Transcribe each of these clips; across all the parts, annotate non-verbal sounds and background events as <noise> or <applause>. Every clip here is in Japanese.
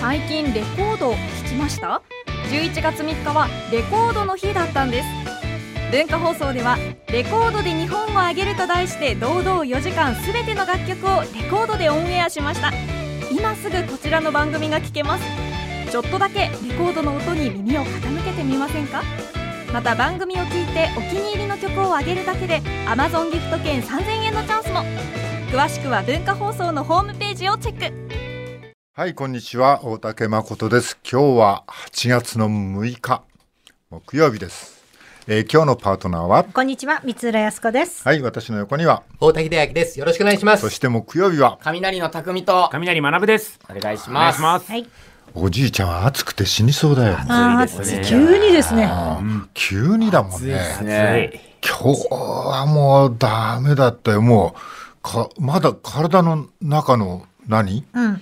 最近レコードを聴きました11月3日はレコードの日だったんです文化放送では「レコードで日本をあげる」と題して堂々4時間全ての楽曲をレコードでオンエアしました今すぐこちらの番組が聴けますちょっとだけレコードの音に耳を傾けてみませんかまた番組を聞いてお気に入りの曲をあげるだけで Amazon ギフト券3000円のチャンスも詳しくは文化放送のホームページをチェックはい、こんにちは。大竹誠です。今日は8月の6日、木曜日です。えー今日のパートナーは、こんにちは、三浦康子です。はい、私の横には、大滝大明です。よろしくお願いします。そして木曜日は、雷の匠と雷学です。お願いしお願まいす。します。はい。おじいちゃんは暑くて死にそうだよ。あ暑いですねー急にですね。急にだもんね。ねはい今日はもうダメだったよ。もう、か、まだ体の中の何うん。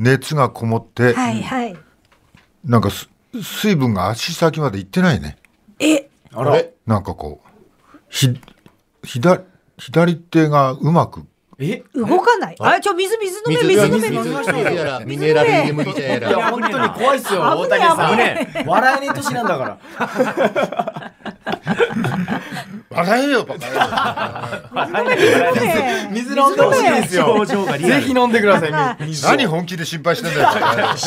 熱がこもって、はいはい。なんかす水分が足先まで行ってないね。え、あら、なんかこう、ひ、左、左手がうまく、え、動かない。あ、ちょ、水、水飲め、いや水飲め、水飲みましょう水よ。やらミネラル入り麦茶やいら。いやや本当に怖いっすよ、大危ねえ竹さ危ねん。笑えねえ年なんだから。笑えよ、バカ野郎ね水飲んでほしいですよ。表情がリアぜルひ。飲んでください。<laughs> 水何本気で心配してんだよ。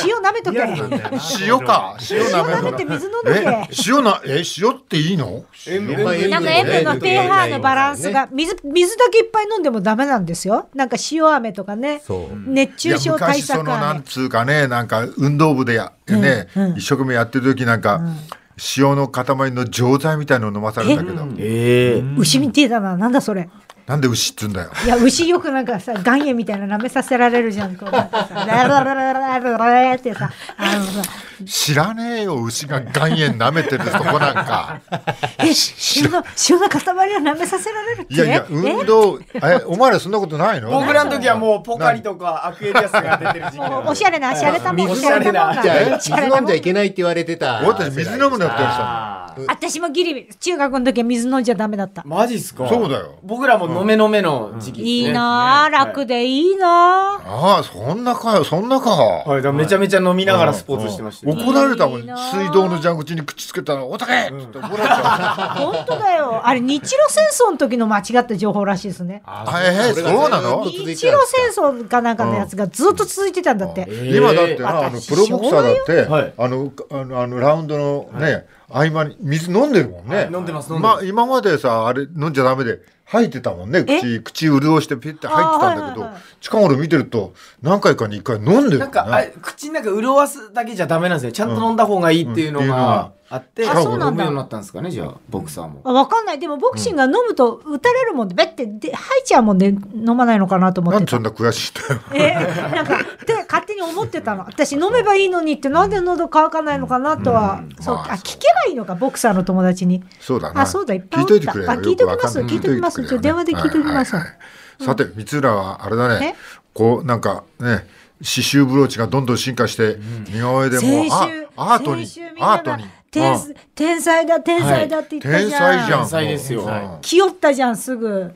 塩舐めとけ。 <laughs> 塩か。塩舐め舐る <laughs> めのて水飲んえでけ。、塩な、え、塩っていいの塩分がなんか塩分の pH のバランスが、水、水だけいっぱい飲んでもダメなんですよ。なんか塩飴とかね。そう。熱中症いや対昔そ策の、な飴ん。つうかね、なんか運動部でや、ね、一生懸命やってる時なんか、塩の塊の錠剤みたいの飲まされたけど、ええ。牛みてえだな。なんだそれ。なんで牛っつうんだよ。いや、牛よくなんかさ、岩塩みたいな舐めさせられるじゃん。こうなんかさ、ラララララララってさ、あのさ、知らねえよ、牛が岩塩舐めてるとこなんか。 <laughs> え、し塩の、塩の塊を舐めさせられるっていやいや、運動、え、お前らそんなことないの僕らの時はもうポカリとかアクエリアスが出てる時期えなおおしゃれな、足荒れたもん、水おしゃれたもんおしゃれが。おしゃ水れた飲んもじゃんいけないって言われてた。俺たち水飲むなって言われてたあー私もギリ、中学の時は水飲んじゃダメだった。マジっすかそうだよ僕らも飲め飲めの時期いいなぁ、楽でいいなぁ。の。ああ、そんなかよ、そんなか。はい、だからめちゃめちゃ飲みながらスポーツしてましたよ。怒られたもんいいなあ水道の蛇口に口つけたら「おたけ!」って言って怒られた <laughs> 本当だよ。あれ、日露戦争の時の間違った情報らしいですね。あええそうなの日露戦争かなんかのやつがずっと続いてたんだって。今だってなあの私プロボクサーだって、はいあのあのあのラウンドのね、合間に水飲んでるもんね、はい飲んでます飲んでままあ、今までさあれ飲んじゃダメで吐いてたもんね口口潤してピッて吐いてたんだけど、あーはいはいはい近頃見てると何回かに一回飲んでるもなんんか、あねれ口の中潤わすだけじゃダメなんですね。ちゃんと飲んだ方がいいっていうのうんうんっていうのががあって、あそうなんだ飲むようになったんですかね、じゃあ、ボクサーも。あわかんない。でもボクシングは飲むと打たれるもんで、べってで吐いちゃうもんで飲まないのかなと思っなてんでたそん。な悔しいんだよえなんかって勝手に思ってたの私飲めばいいのにってなんで喉乾かないのかなとは、そうまああ聞けばいいのかボクサーの友達にそうだなあそうだいっぱ聞いいといてくれよあ聞いときますよくわかんな聞いときます聞いといてくれよねちょっと電話で聞いときますはいはいはいさて三浦はあれだねえこうなんかね刺繍ブローチがどんどん進化して似顔絵でもう先あ週アートに先週みんアなートがに天うん天才だ天才だって言った天じゃん,、才じゃん天才ですよもううん気負ったじゃんすぐ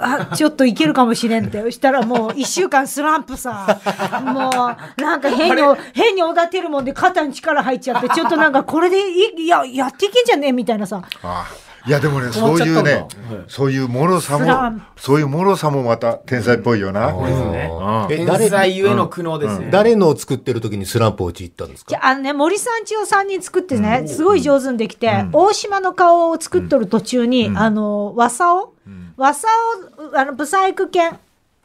あちょっといけるかもしれん <laughs> ってそしたらもう1週間スランプさもうなんか変に変におだてるもんで肩に力入っちゃってちょっとなんかこれでいいいややっていけんじゃねえみたいなさあいやでもね止まそっうちゃっいたうんだねはいそういう脆さスランもそういう脆さもまた天才っぽいよなうんえ天誰才ゆえの苦悩ですね。誰のを作ってる時にスランプ陥ったんですじか。ゃああのね森さん千代さんに作ってねすごい上手にできて、大島の顔を作っとる途中に、あの和サオ、和サオあのブサイク犬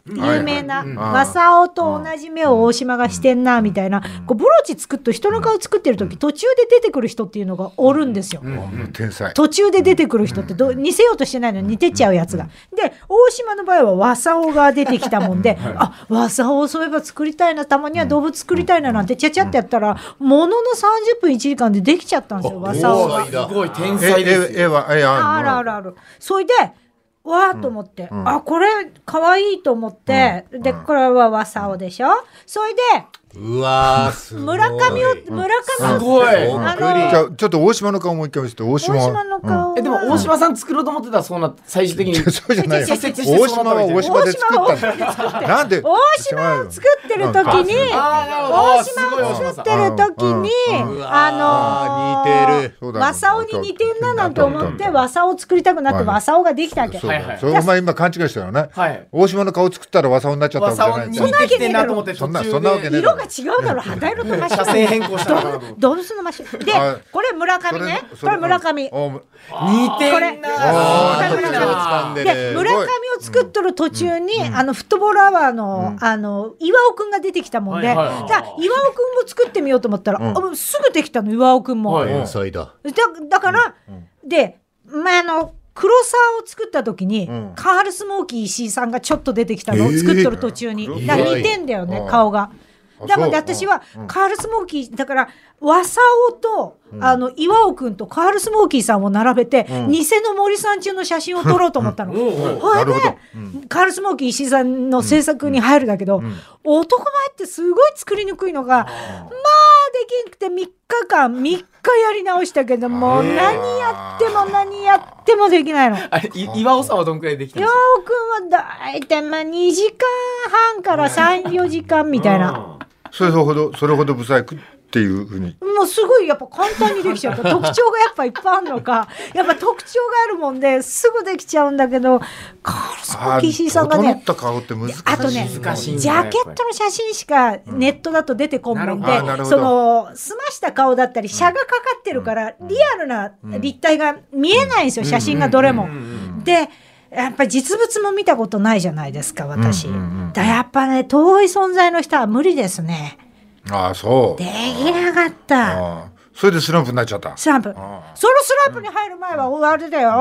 有名な、ん和サオと同じ目を大島がしてんなみたいな、こうブローチ作っと人の顔作ってる時、途中で出てくる人っていうのがおるんですよ。もう天才途中で出てくる人ってど似せようとしてないのに似てちゃうやつが。で、大島の場合は和サオが出てきたも <laughs> んで、あ、和サオをそういえば作りたいな、たまには動物作りたいななんてちゃちゃってやったら、ものの30分1時間でできちゃったんですよ、和サオが。すごい天え才です絵絵よ。は絵ああるるあるある。それで、わーと思って、あ、これ可愛いと思って、で、これは和サオでしょそれで、うわー、すごい。村上を、村上すをごい。うんあじゃの、あちょっと大島の顔もう一回見せて大島大島のうん顔は。えでも大島さん作ろうと思ってたらそうなっ最終的にそうじゃないよ <laughs> ちょ大っとちょっと島は大島で作ったんだなんで大島を作ってる時に、あーなるほど大すごい島を大島作さっんてる時にうんう、あわーのー似てるそうだ和サオに似てんななんて思って和サオ作りたくなってうん和サオができたわけ。そうはいはだいそれお前今勘違いしたよねはい大島の顔作ったら和さになっちゃったわ和けじゃさなんいじゃんに似てきてんなと思ってそ途ん中なでそんなわけねえだ色ろが違うだろ肌色とか車線変更したのかなと思ってどうすんのま <laughs> しであこれ村上ねこれ村上おむ似てんなあーすごいこれ特徴を掴んででる。村上を作っとる途中に、あのフットボールアワーの、あの岩尾くんが出てきたもんで、はいはいはいじゃあ岩尾くんも作ってみようと思ったら、うんあもうすぐできたの岩尾くんも。はい天才だ。だだから、で、まあ、あの黒沢を作った時に、うんカールスモーキー石井さんがちょっと出てきたのを作っとる途中に、えーだから似てんだよね、うん顔が。あだからそう私はうんカールスモーキーだから和沙尾と、あの岩尾くんとカールスモーキーさんを並べて、うん偽の森さん中の写真を撮ろうと思ったの。おうおうほないでるほどカール・スモーキー石井さんの制作に入るだけど、ん男前ってすごい作りにくいのが、まあできんくて3日間3日やり直したけどもうへえ何やっても何やってもできないの。あれい岩尾さんはどんくらいできたん岩ですか尾くんは大体まあ2時間半から34時間みたいな、それほどそれほど不細工っていうふうにもうすごいやっぱ簡単にできちゃった特徴がやっぱいっぱいあるのかやっぱ特徴があるもんですぐできちゃうんだけどカール・スモーキー石井さんが整ねった顔って難しいあとね難しいんジだャケットの写真しかネットだと出てこんもんで、うんなるほどその澄ました顔だったり、車がかかってるから、リアルな立体が見えないんですよ、写真がどれも。で、やっぱり実物も見たことないじゃないですか、私。うんうんうんだやっぱね、遠い存在の人は無理ですね。ああそうできなかった。ああそれでスランプになっちゃったスランプ。そのスランプに入る前は、おあれだよ、あ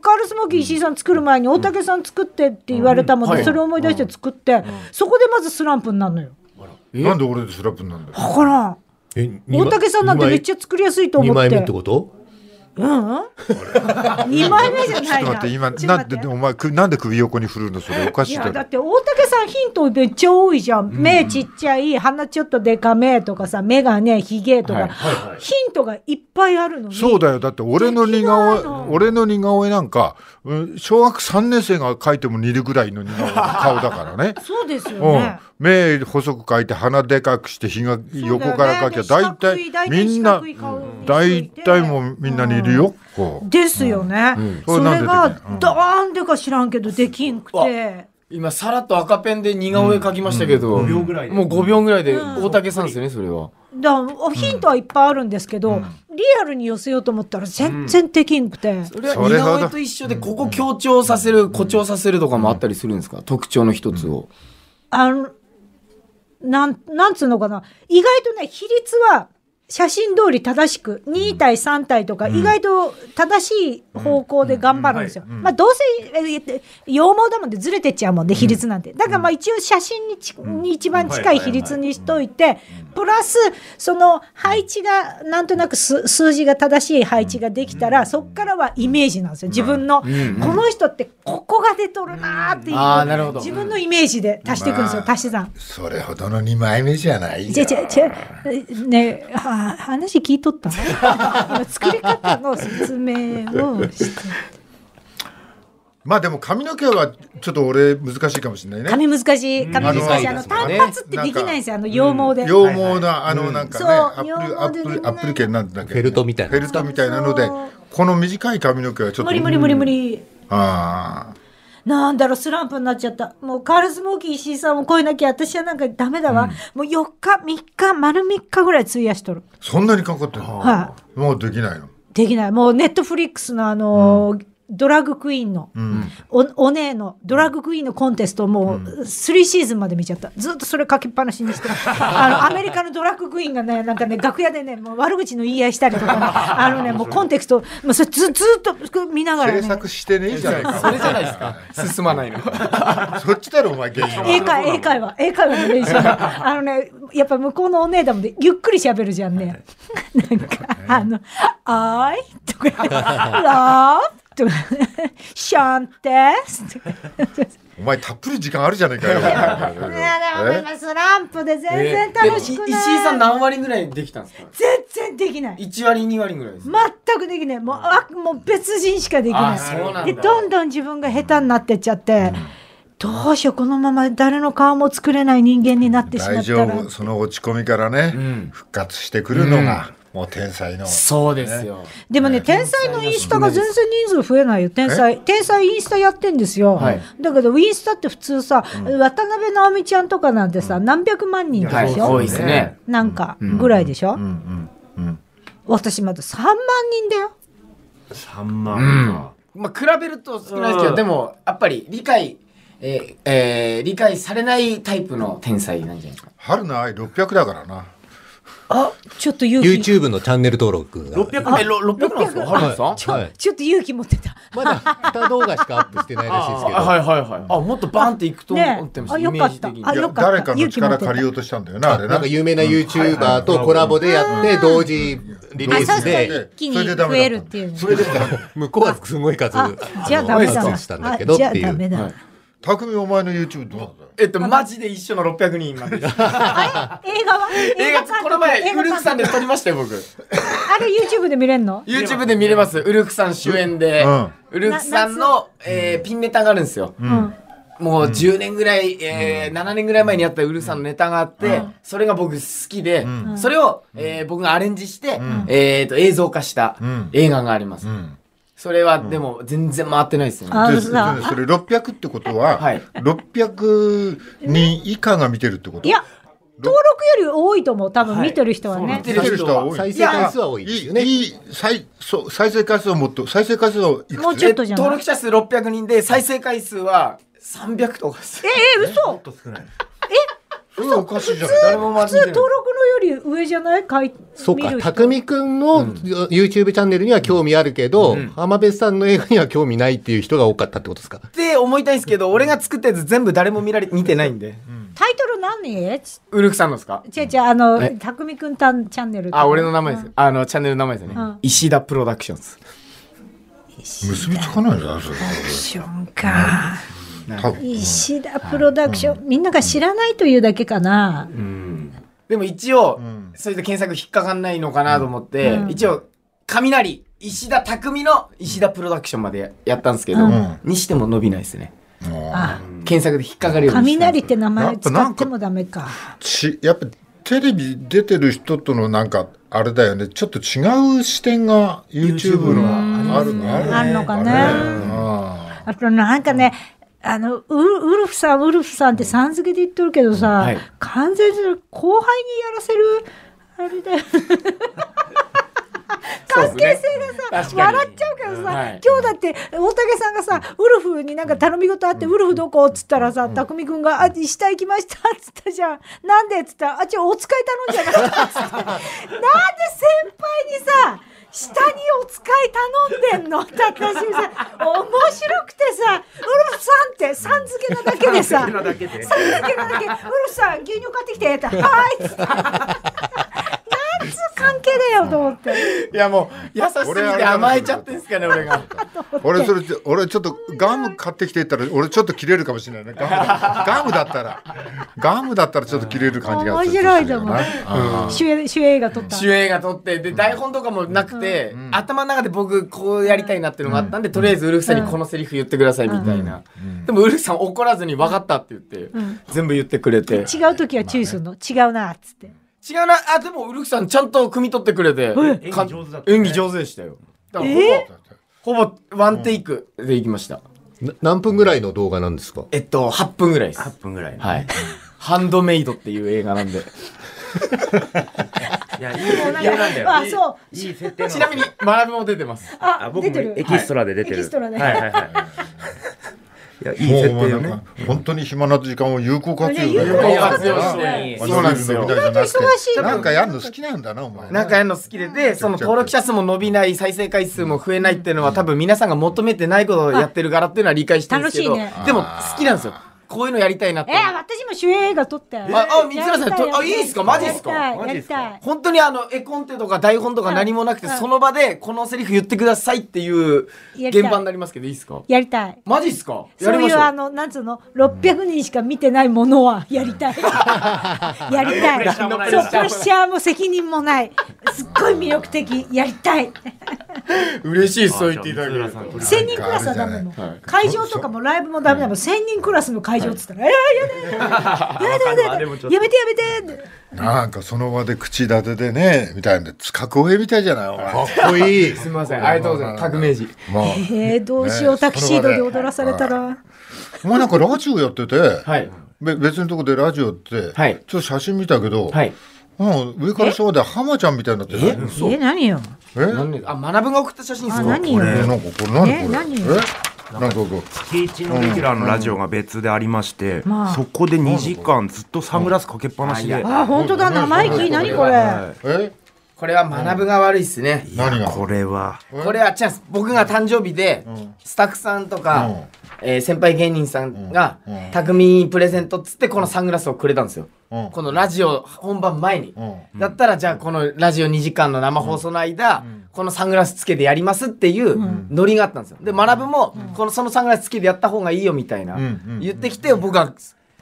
カールスモーキー石井さん作る前に、大竹さん作ってって言われたもんで、うんはいそれを思い出して作って、そこでまずスランプになるのよ。なんで俺でスランプになるんだよだからえ大竹さんなんてめっちゃ作りやすいと思二っ枚て。目ってことうんうん。二枚目じちょゃっないとな。待って今ちょっなんでと待ってお前くなんで首横に振るのそれおかいしいだやだろって大竹さんヒントめっちゃ多いじゃん、目ちっちゃい鼻ちょっとでかめとかさ眼鏡ひげとはか、いヒントがいっぱいあるのにそうだよだって俺の似できない顔の俺の似顔絵なんかうん小学3年生が描いても似るぐらいの似顔絵の顔だからねそうですようんね、目細く描いて鼻でかくしてひが横から描きゃそうだよ大ね体みん四な角い顔にしておい大て体もうみんな似るよこうですよね、それそなんれでができないうんどーんでか知らんけどできんくて今さらっと赤ペンで似顔絵描きましたけど、もう5秒ぐらいで大竹さんですよねそれは、だヒントはいっぱいあるんですけど、リアルに寄せようと思ったら全然できんくて、それはそ似れほど顔絵と一緒でここ強調させる誇張させるとかもあったりするんですか、特徴の一つを、あの、なん、なんつうのかな。意外とね、比率は写真通り正しく、2対3対とか、意外と正しい方向で頑張るんですよ。まあ、どうせ、ええ羊毛だもんでずれてっちゃうもんで、比率なんて。だからまあ一応写真にちに一番近い比率にしといて、プラス、その配置が、なんとなく数数字が正しい配置ができたら、そっからはイメージなんですよ。自分の、この人ってここが出とるなーっていう、あーなるほど自分のイメージで足していくんですよ、まあ足し算。それほどの2枚目じゃないじよゃじゃじゃねは話聞いとった <laughs> 今作り方の説明をしてまあでも髪の毛はちょっと俺難しいかもしれないね髪難しい髪難しいああのの単発ってできないんですよあの羊毛で、羊毛のあのなんかね、そうアップ羊毛ルアでップできルないアップル系なんだっけフェルトみたいなフェルトみたいなのでそうそこの短い髪の毛はちょっと無理無理無理無理ああなんだろうスランプになっちゃったもうカールスモーキー石井さんを超えなきゃ私はなんかダメだわ、もう4日3日丸3日ぐらい費やしとるそんなにかかってんの、はもうできないのできないもうネットフリックスのあのードラッグクイーンの、おお姉のドラッグクイーンのコンテストをもう3シーズンまで見ちゃったずっとそれ書きっぱなしにして <laughs> あのアメリカのドラッグクイーンがねなんかね楽屋でねもう悪口の言い合いしたりとか、ね、あのねもうコンテクストもうそれずずっと見ながら制ね作してねえじゃないかそれじゃないですか <laughs> 進まないのそっちだろお前原因は英会英会話英会話の <laughs> 練習あのねやっぱ向こうのお姉だもんでゆっくり喋るじゃんねなんかあの「I」とか「Love」とか「シャンテス」とかお前たっぷり時間あるじゃないかよいやでも <laughs> 今スランプで全 <laughs> 然楽しくないえい石井さん何割ぐらいできたんですか全然できない一割二割ぐらいです全くできないもうあもう別人しかできあないそうなんだでどんどん自分が下手になってっちゃって、どうしようこのまま誰の顔も作れない人間になってしま大った丈ら夫その落ち込みからね、ん復活してくるのが、もう天才のそうですよでもね天才のインスタが全然人数増えないよ天才天才インスタやってんですよ、はいだけどインスタって普通さ、渡辺直美ちゃんとかなんてさ何百万人とかでしょ、多いですねなんかぐらいでしうょ、ん私まだ3万人だよ3万かまあ比べると少ないですうけんどでもやっぱり理解えーえー理解されないタイプの天才なんじゃないですか春の愛600だからなあちょっと勇気 YouTube のチャンネル登録が。 600えろ600なんですか春さんちょ,、はいちょっと勇気持ってたまだ2動画しかアップしてないらしいですけど。あはいはいはいあもっとバンっていくとね思ってましあたイよメかーっジた的にあよか誰ったかの力借りよようとしたんだよなあれなんなか有名な YouTuber とコラボでやって同時リリースあそうそうで一気に増えるっていうそれでダメだ向こうはすごい数あじゃあダメだアわップしたんだけどっあじゃあていダメうだ、はい匠お前の YouTube どうなんだよえっとマジで一緒の600人までです映画は映画この前ウルフさんでで撮りましたよ僕あれ YouTube で見れんの YouTube で見れますウルフさん主演で、うんウルフさんの、えーピンネタがあるんですよ、んもう10年ぐらい、えー7年ぐらい前にあったウルフさんのネタがあって、それが僕好きで、それを、えー僕がアレンジして、えー、と映像化したん映画があります、んそれはでも全然回ってないですよね、あでのさでそれ600ってことは、はい600人以下が見てるってこといや登録より多いと思う多分見てる人はね、そう見てる人は多い再生回数は多いですよねいいいい再そう再生回数をもっと再生回数をいくつもうちょっとじゃない登録者数600人で再生回数は300とかですええ嘘ちょっと少ないうんおかしいじゃん <laughs> 誰も普回通登録のより上じゃないかいそう見かる人匠くんの YouTube チャンネルには興味あるけど浜辺さんの映画には興味ないっていう人が多かったってことですかって思いたいんですけど俺が作ったやつ全部誰も見られ見てないんで、タイトル何ちウルフさんのですかちゃちゃあのえ匠くんたんチャンネルあ、俺の名前です。あの、チャンネルの名前ですよね。ん石田プロダクションズ。結びつかないじゃんそれションか多分石田プロダクションみんなが知らないというだけかなでも一応、それで検索引っかかんないのかなと思って、一応、雷、石田匠の石田プロダクションまでやったんですけど、んにしても伸びないですね。あ検索で引っかかるようにしたん雷でって名や前っぱ使なっんかてもダメかちやっぱテレビ出てる人とのなんかあれだよねちょっと違う視点が YouTube のあるのあるのかねああとなんかね、あのウルウルフさんウルフさんってさん付けで言ってるけどさ、はい完全に後輩にやらせるあれだよ関係性がさ、確かに笑っちゃうからさ、はい今日だって大竹さんがさウルフになんか頼み事あって「ウルフどこ?」っつったらさ匠君が「あ下行きました」っつったじゃん「なんで?」っつったら「あちょお使い頼 <laughs> んじゃなかった」っつってなんで先輩にさ下にお使い頼んでんのって私さ面白くてさ「ウルフさん」って「さん付けなだけでさ「さん付けなだけ」ウルフさん牛乳買ってきて」って「はーい」っつ <laughs> ってなんつう関係だよと思って。いやもう、優しすぎ俺あれてだな甘えちゃってんすかね、俺が。ー俺それ俺ちょっとガム買ってきて言ったら俺ちょっと切れるかもしれないねガムだガムだったらガムだったらちょっと切れる感じがする面白いと思うなあ主演主演映画撮った主演が撮って、で、台本とかもなくて、頭の中で僕、こうやりたいなっていうのがあったんで、とりあえずウルフさんにこのセリフ言ってくださいみたいな。でもウルフさん怒らずに分かったって言って、全部言ってくれて。違う時は注意するの、違うなっつって違うな、あ、でもウルフさんちゃんと汲み取ってくれて、演か技上手だったね演技上手でしたよ。だからほぼ、ほぼワンテイクでいきました。な何分ぐらいの動画なんですかえっと、8分ぐらいです。 8分ぐらいはい。ハンドメイドっていう映画 <laughs> なんで。いやいい設定なんだよあそういいいい設定なのちなみに、学びも出てます。ああ僕出もてるエキストラで出てるエキストラではいはいはいいやいいも設う定よなんねか本当に暇な時間を有効活用だよいや有な効活用あしてそうなんですよ意み外たいじゃなくて忙しいなんかやるの好きなんだなお前なんかやるの好きで、で、その登録者数も伸びない、再生回数も増えないっていうのは、多分皆さんが求めてないことをやってるからっていうのは理解してるんですけど、楽しいねでも好きなんですよ。こういうのやりたいなってえ。ー、私も主演映画撮って。ああ三浦さんとあいいっすかマジっすかやりたいマやジっりすかたい。本当にあの絵コンテとか台本とか何もなくて、うんうんその場でこのセリフ言ってくださいっていうやりたい現場になりますけどいいですかやりたい。マジっすかやそりうまいしうょあうのなんつうの600人しか見てないものはやり <laughs> たいやりたいプレッシそャーうもなプレいですッシャーも責任もないすっごい魅力的やりたい嬉しいそう言っていただけあるじとゃあ光浦さん1000人クラスはダメもん、はい会場とかもライブもダメだもん1000人クラスの会場っつったら、えー、やだやだやだやだやだやだやめてやめてなんかその場で口立てでねみたいなんで格上みたいじゃないお前かっこいい。すみませんありがとうございます革命児もうえー、どうしようねタキシードで踊らされたら、お前なんかラジオやってて、はいべ別のとこでラジオって、はいちょっと写真見たけど、はいうん、上から下まで浜ちゃんみたいになってるえー、何よええ何あ学ぶが送った写真ですあか何よえなんかこれ何これえ何えなんかこう月一のレギュラーのラジオが別でありまして、まあそこで2時間ずっとサングラスかけっぱなしで、うんあ本当だ生意気何これはえこれは学ぶが悪いっすねい、何がこれはこれはチャンス僕が誕生日でスタッフさんとか、うんえー先輩芸人さんがうんうん匠にプレゼントっつってこのサングラスをくれたんですようんこのラジオ本番前にうんだったらじゃあこのラジオ2時間の生放送の間、このサングラスつけてやりますっていうノリがあったんですよで学ぶもこのそのサングラスつけてやった方がいいよみたいな、んうん言ってきて僕は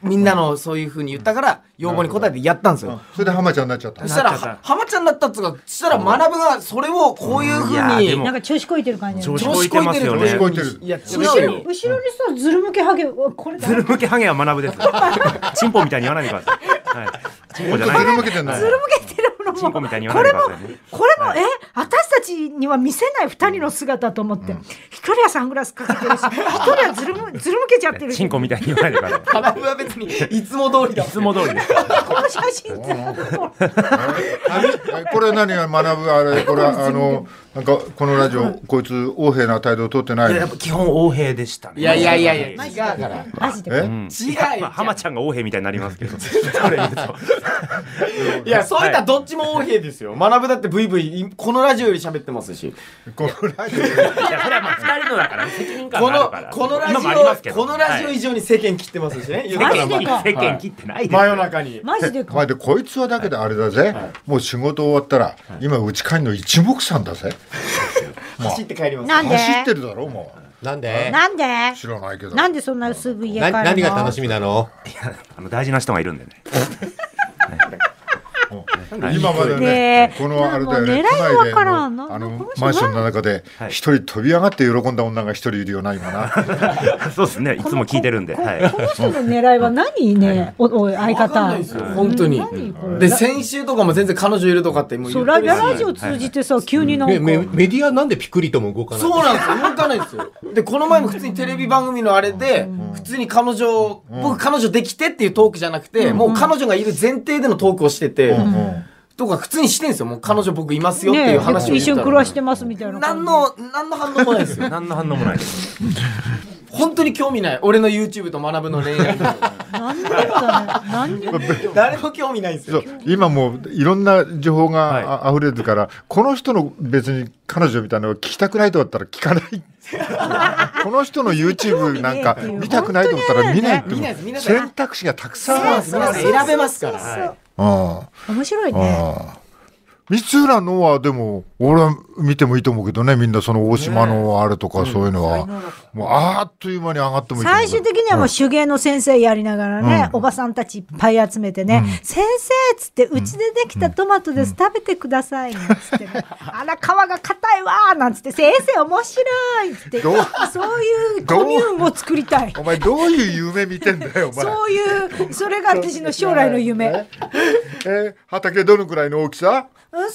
みんなのそういうふうに言ったから要望に応えてやったんですよ、それで浜ちゃんになっちゃったそしたらなっちゃっは浜ちゃんだったっつうかそしたら学ぶがそれをこういうふいうやに、でもなんか調子こいてる感じだ調ね子こいてますよね調子こいてるいや、違後うろよ後ろ。にさずるむけハゲうわこれだずるむけハゲは学ぶですチンポみたいに言わないでください、はい、チンポじゃないずるむけてんのずるむけてるものもチンコみたいに言こわなれいでもくださいねこれもえ私たちには見せない二人の姿と思って一人はサングラスかけてるし一人はずるむずるむけちゃってるしチンコみたいに言わないでください学ぶは別にいつも通りだい。つも通りですこの写真さえこれ何が学ぶあれこれあのなんかこのラジオこいつ横柄な態度を取ってないいややっぱ基本横兵でしたねいやいやいやいや、違うから。マジでえ違うまあ、よ。浜ちゃんが横兵みたいになりますけど <laughs> それ言うといや、そういったどっちも王兵ですよ。学ぶだってブイブイ、このラジオより喋ってますし。このラジオいやそれはまあ2人のだから責任感こがあのるから、このラ今もありますけジオ、どこのラジオはい以上に世間切ってますしね。世マジでか世間切ってないですよ真夜中に。マジでまあかでこいつはだけどあれだぜもう仕事終わったら今うち帰るの一目散だぜ走って帰ります。なんで走ってるだろもなんでなんでう知らないけどなんでそんなすぐ家帰なるの何が楽しみなのあの大事な人がいるんでね今までねねえこのあれだよね狙いが都内でわからんのあなんのか面白いマンションの中ではい一人飛び上がって喜んだ女が一人いるよな今 <laughs> なそうですねいつも聞いてるんでこはいこの人の狙いは何ねおおい相わかん方ないですよ、本当に。何これで、先週とかも全然彼女いるとかってもう言そうっラてるしラジオ通じてさ急になんかねメメディアなんでピクリとも動かないそうなんですよ。動かないんですよ。で、この前も普通にテレビ番組のあれで、普通に彼女を、僕彼女できてっていうトークじゃなくて、もう彼女がいる前提でのトークをしてて、とか普通にしてんですよ。もう彼女僕いますよっていう話をね一言っ緒にた暮らら。してますみたいな何の、何の反応もない <laughs> ですよ。何の反応もないです本当に興味ない。俺の YouTube と学ぶの恋愛。何にもだね何にも誰も興味ないんですそよう。今もういろんな情報はいがあ溢れてるからこの人の別に彼女みたいなのを聞きたくないとだったら聞かない <laughs> この人の YouTube なんか興味ねえっていう見たくないと思ったら見ないって見もないです見なういです選択肢がたくさんあるまんあです皆さん選べますから。はうん面白いねああ三浦のはでも俺は見てもいいと思うけどねみんなその大島のあれとかそういうのは、もうあっという間に上がってもいいと思う最終的にはもう手芸の先生やりながらね、おばさんたちいっぱい集めてね、先生っつって、うちでできたトマトです、食べてくださいね、つってね、 <laughs> あら、皮が硬いわー、なんつって、先生面白いっつって、どうそういうコミューンを作りたい。お前どういう夢見てんだよお前そういう、それが私の将来の夢。うん、えー畑どのくらいの大きさそれは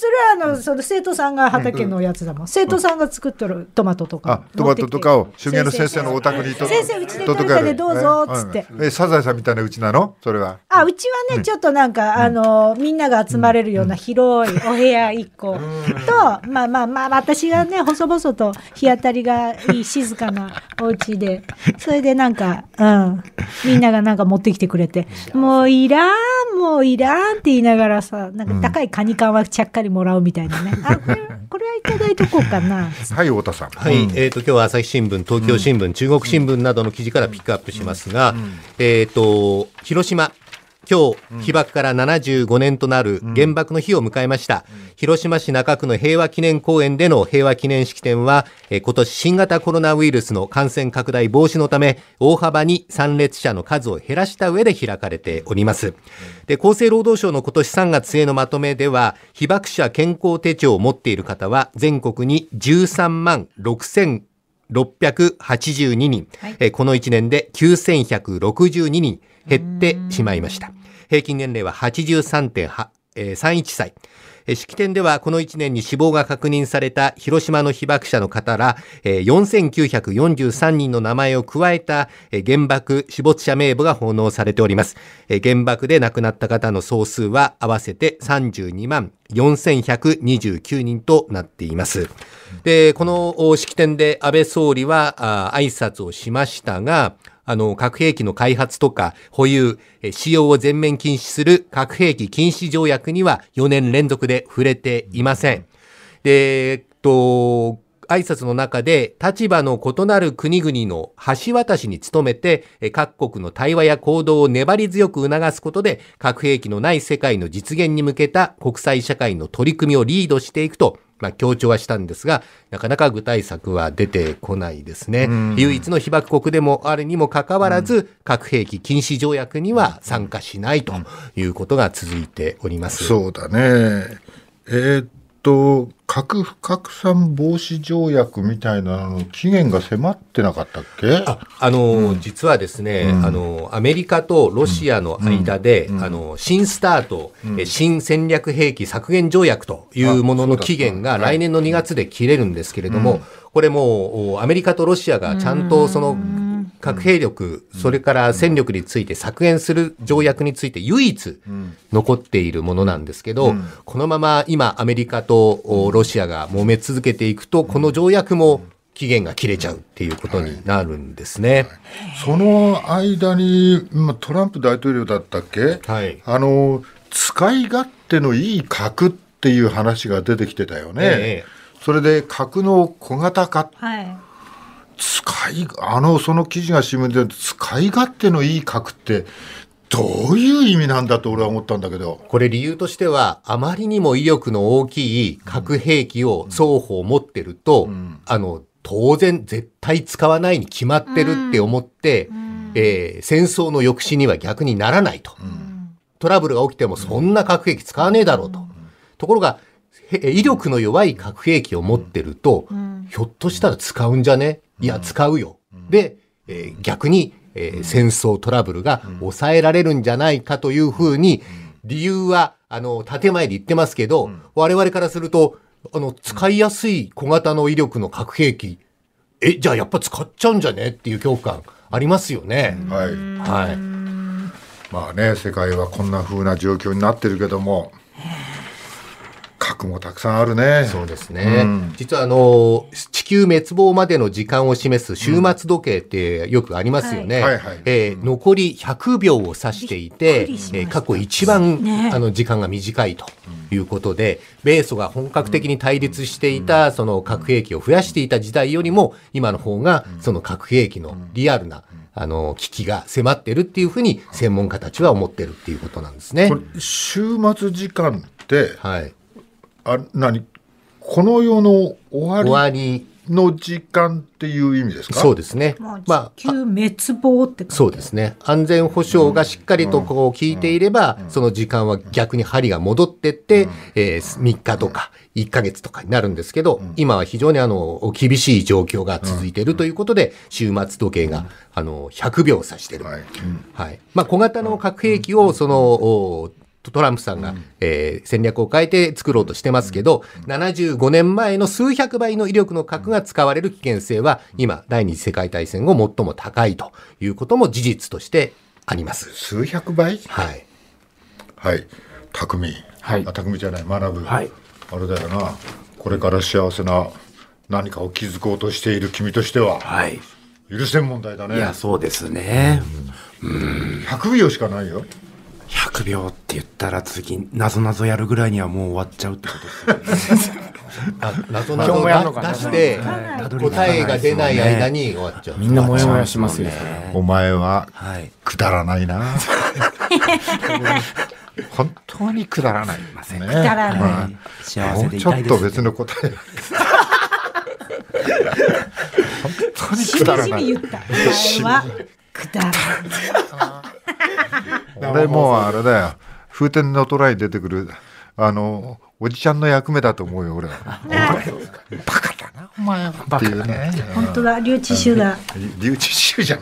あの、その生徒さんが畑のやつだもん。生徒さんが作っとるトマトとあか。トマトとかを手芸の先生のお宅にと先生うちで取れたでどうぞっつってえーえーサザエさんみたいなうちなのそれはあ、うちはね、ちょっとなんか、あの、みんなが集まれるような広いお部屋1個と、まあまあまあ、私がね、細々と日当たりがいい静かなお家で、それでなんか、うん、みんながなんか持ってきてくれて、もういらん、もういらんって言いながらさ、なんか高いカニ缶は着っかりもらうみたい <laughs> なね。あ、これ、これはいただいとこうかな。はい、太田さん。はい、えっ、と、今日は朝日新聞、東京新聞、中国新聞などの記事からピックアップしますが、えっ、と、広島。今日、被爆から75年となる原爆の日を迎えました。広島市中区の平和記念公園での平和記念式典は、えー今年新型コロナウイルスの感染拡大防止のため、大幅に参列者の数を減らした上で開かれております。で、厚生労働省の今年3月末のまとめでは、被爆者健康手帳を持っている方は、全国に13万6000 682人、えーこの1年で9162人減ってしまいました。平均年齢は83.31、えー31歳。えー式典ではこの1年に死亡が確認された広島の被爆者の方ら、えー4943人の名前を加えた、えー原爆死没者名簿が奉納されております。えー原爆で亡くなった方の総数は合わせて32万4129人となっています。で、このお式典で安倍総理はあー挨拶をしましたが、あの、核兵器の開発とか保有、えー使用を全面禁止する核兵器禁止条約には4年連続で触れていません。で、えっと、挨拶の中で立場の異なる国々の橋渡しに努めてえ各国の対話や行動を粘り強く促すことで核兵器のない世界の実現に向けた国際社会の取り組みをリードしていくと、まあ、強調はしたんですがなかなか具体策は出てこないですね唯一の被爆国でもあるにもかかわらず核兵器禁止条約には参加しないということが続いております。そうだね。えーっと、核不拡散防止条約みたいなの、期限が迫ってなかったっけあの、実はですね、あの、アメリカとロシアの間で、あの、新スタート、え新戦略兵器削減条約というものの期限が来年の2月で切れるんですけれども、これもう、おアメリカとロシアがちゃんとその、核兵力、それから戦力について削減する条約について唯一残っているものなんですけど、このまま今アメリカとおロシアが揉め続けていくと、この条約も期限が切れちゃうっていうことになるんですね。その間に、まあトランプ大統領だったっけ、はいあの、使い勝手のいい核っていう話が出てきてたよね。ええそれで核の小型化、はい。使い、あの、その記事が新聞で、使い勝手のいい核って、どういう意味なんだと俺は思ったんだけど。これ理由としては、あまりにも威力の大きい核兵器を双方持ってると、あの、当然絶対使わないに決まってるって思って、えー戦争の抑止には逆にならないと。トラブルが起きてもそんな核兵器使わねえだろうと。ところが、へ威力の弱い核兵器を持ってると、ひょっとしたら使うんじゃねいや、使うよ。で、えー逆に、えー戦争トラブルが抑えられるんじゃないかというふうに、理由は、あの、建前で言ってますけど、我々からすると、あの、使いやすい小型の威力の核兵器、え、じゃあやっぱ使っちゃうんじゃねっていう恐怖感ありますよね。はい。はい。まあね、世界はこんな風な状況になってるけども、核もたくさんあるね。そうですね。実はあの、地球滅亡までの時間を示す終末時計ってよくありますよね。うんはいはいはいえー残り100秒を指していて、びっくりしましたえー過去一番、ねあの時間が短いということで、米ソが本格的に対立していた、その核兵器を増やしていた時代よりも、今の方がその核兵器のリアルな、あの、危機が迫ってるっていうふうに専門家たちは思ってるっていうことなんですねこ。れ終末時間って、はい。あ、何この世の終終わわり。りの時間っていう意味ですかそうですね。もうまあ地球滅亡って感じ。そうですね。安全保障がしっかりとこう効いていれば、その時間は逆に針が戻ってって、え3日とか1ヶ月とかになるんですけど、今は非常にあの、厳しい状況が続いているということで、週末時計が、あの、100秒を指してる。はい。はい。まあ、小型の核兵器を、その、おトランプさんが、えー戦略を変えて作ろうとしてますけど、75年前の数百倍の威力の核が使われる危険性は、今、第二次世界大戦後最も高いということも事実としてあります。数百倍はい。はい。匠。はいあ、匠じゃない、学ぶ。はいあれだよな。これから幸せな何かを築こうとしている君としては、はい。許せん問題だいねや、。そうですね。 100秒しかないよ。 100秒って言ったら次、なぞなぞやるぐらいにはもう終わっちゃうってことですよね。あ謎な今日もやんのかな出して答えが出ない間に終わっちゃう。みんなもやもやしますよ。お前ははい。くだらないな。本当にくだらないですね。くだらない幸もせうでいちょたいっでとす、ね。別の答え。本当にくだらしなみじいみ。言った。お前はくだらない。俺もうあれだよ。風天のトライに出てくる、あの、おじちゃんの役目だと思うよ、俺は。バカだな、お前は。っていうね。 <laughs> 本当だ、留置集だ。留置中じゃん。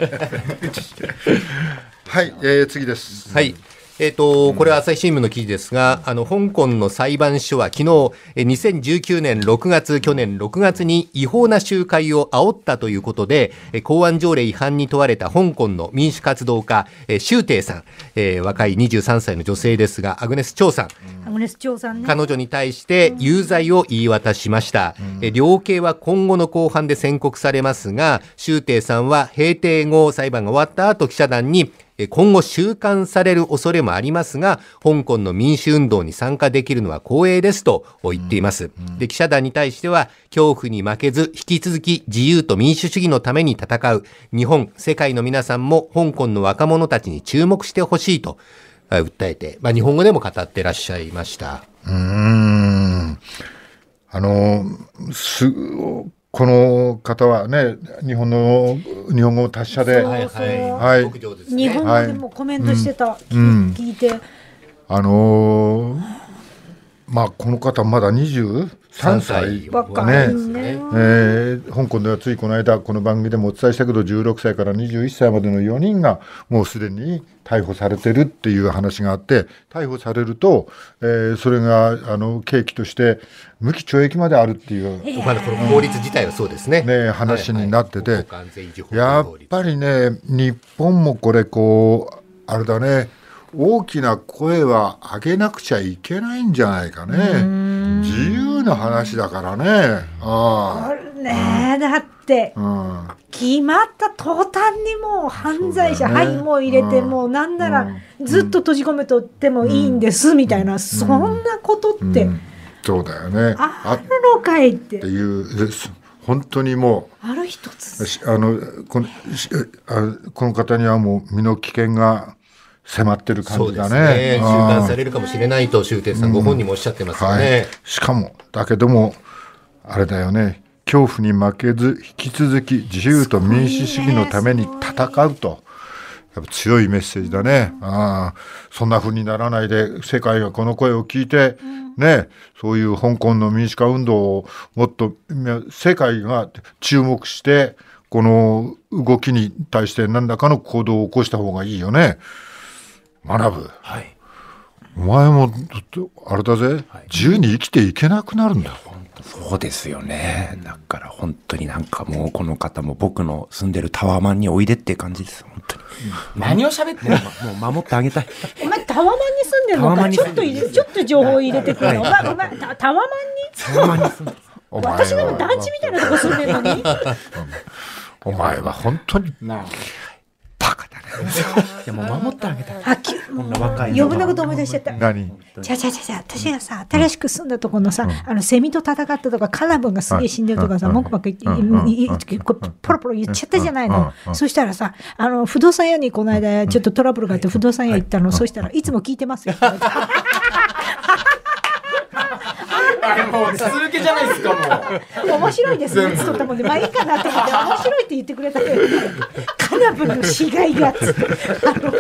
はい、えー、次です。はい。えっ、と、これは朝日新聞の記事ですが、あの、香港の裁判所は昨日、えー2019年6月、去年6月に違法な集会を煽ったということで、えー公安条例違反に問われた香港の民主活動家、えー、周庭さん、えー若い23歳の女性ですが、アグネス・チョウさん、アグネス長さんね。彼女に対して有罪を言い渡しました、え量刑は今後の公判で宣告されますが周庭さんは閉廷後裁判が終わった後記者団にえ今後収監される恐れもありますが香港の民主運動に参加できるのは光栄ですと言っています、で記者団に対しては恐怖に負けず引き続き自由と民主主義のために戦う日本世界の皆さんも香港の若者たちに注目してほしいとあ訴えて、まあ、日本語でも語ってらっしゃいました。うーんあのすこの方はね日本の日本語達者で、そうそうはい牧場ですね日本語でもコメントしてた。ん聞いて。あのーまあこの方まだ23歳ばっかねりね。えー香港ではついこの間この番組でもお伝えしたけど16歳から21歳までの4人がもうすでに逮捕されてるっていう話があって逮捕されると、えーそれがあの刑期として無期懲役まであるっていうまだこの法律自体はそうですね。ね話になっててはいはい国家安全維持法というやっ法律ぱりね、日本もこれ、こう、あれだね、大きな声は上げなくちゃいけないんじゃないかね。自由な話だからね。ああれねだってあうん決まった途端にもう犯罪者、そうだはねいもう入れて、うんもうなんならずっと閉じ込めとってもいいんです、みたいな、そんなことって、うんそうだよね。あっるのかいってていう、す本当にもある一つう、しあのこのしあこの方にはもう身の危険が迫ってる感そうじでだすね。ね。収ああ監されるかもしれないと、周庭さんご本人もおっしゃってますよね。しかもだけどもあれだよね恐怖に負けず引き続き自由と民主主義のために戦うと。やっぱ強いメッセージだね。ああ、そんな風にならないで、世界がこの声を聞いて、ね、そういう香港の民主化運動をもっとね世界が注目して、この動きに対して何らかの行動を起こした方がいいよね。学ぶ。はい。お前もあれだぜ、自由に生きていけなくなるんだそうですよね。だから本当になんかもうこの方も僕の住んでるタワマンにおいでっていう感じです。本当に。何を喋ってんのもう守ってあげたい。お前タワマンに住んでるタのワマかンにちょ住っんとでる入れちょっと情報入れてくるの、お前お前タタワマンにタワマンに住んでる。お前私でも団地みたいなとこ住んでる <laughs> のにお前は本当になあいやもう守ってあげたい。あき若いのが余分なこと思い出しちゃった何じゃあじゃあじゃあじゃあ私がさ新しく住んだとこのさ、あのセミと戦ったとかカナブンがすげえ死んでるとかさ、うん文句ばっかり言って、うんいいいこうポロポロ言っちゃったじゃないの、うんそしたらさあの不動産屋にこの間ちょっとトラブルがあって不動産屋行ったの、そしたらいつも聞いてますよ <laughs> って言われてあれもう、続けじゃないですか、もう。面白いですねっつっとったもんでまあいいかなと思って面白いって言ってくれ <laughs> たけどカナブンの死骸がつってあの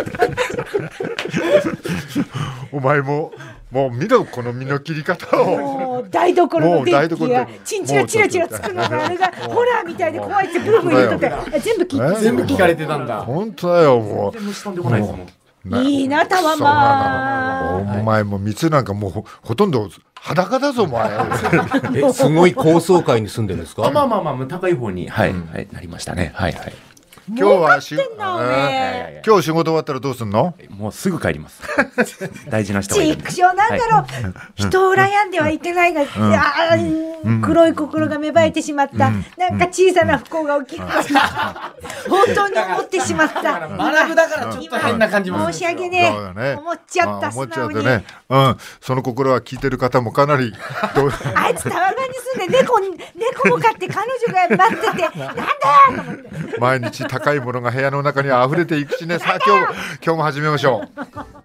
お前ももう見ろこの身の切り方 <laughs> をもう台所の電気がもう台所でチンチラチラチラつくのがあれがホラーみたいで怖いってブルブル言っとって全部聞いてえ全部聞かれてたんだ。本当だよもう虫飛んでこないですもん。ねいいなタワマンそうなのお前も蜜なんかもうほほとんど裸だぞお前えすごい高層階に住んでるんですあまかあまあまあ、高い方に、はい、はい、なりましたね。はいはい。 <laughs> 今日はし儲かってんなおめえうん今日仕事終わったらどうすんのもうすぐ帰り <laughs> ます。大事な人がいちるんくで。しょうなんだろう、人を羨んではいけないが、あー黒い心が芽生えてしまった、なんか小さな不幸が起きる、本当に思ってしまった、学ぶだからちょっと変な感じも申すしる訳ねそうだえ、ね思っちゃっあた思素っちゃ直っに、てねうんその心は聞いてる方もかなりどうあいつタワマンに住んで猫に猫も飼って彼女が待っててなんだよと思って毎日高いものが部屋の中に溢れていくしねさあ今日も今日も始めましょう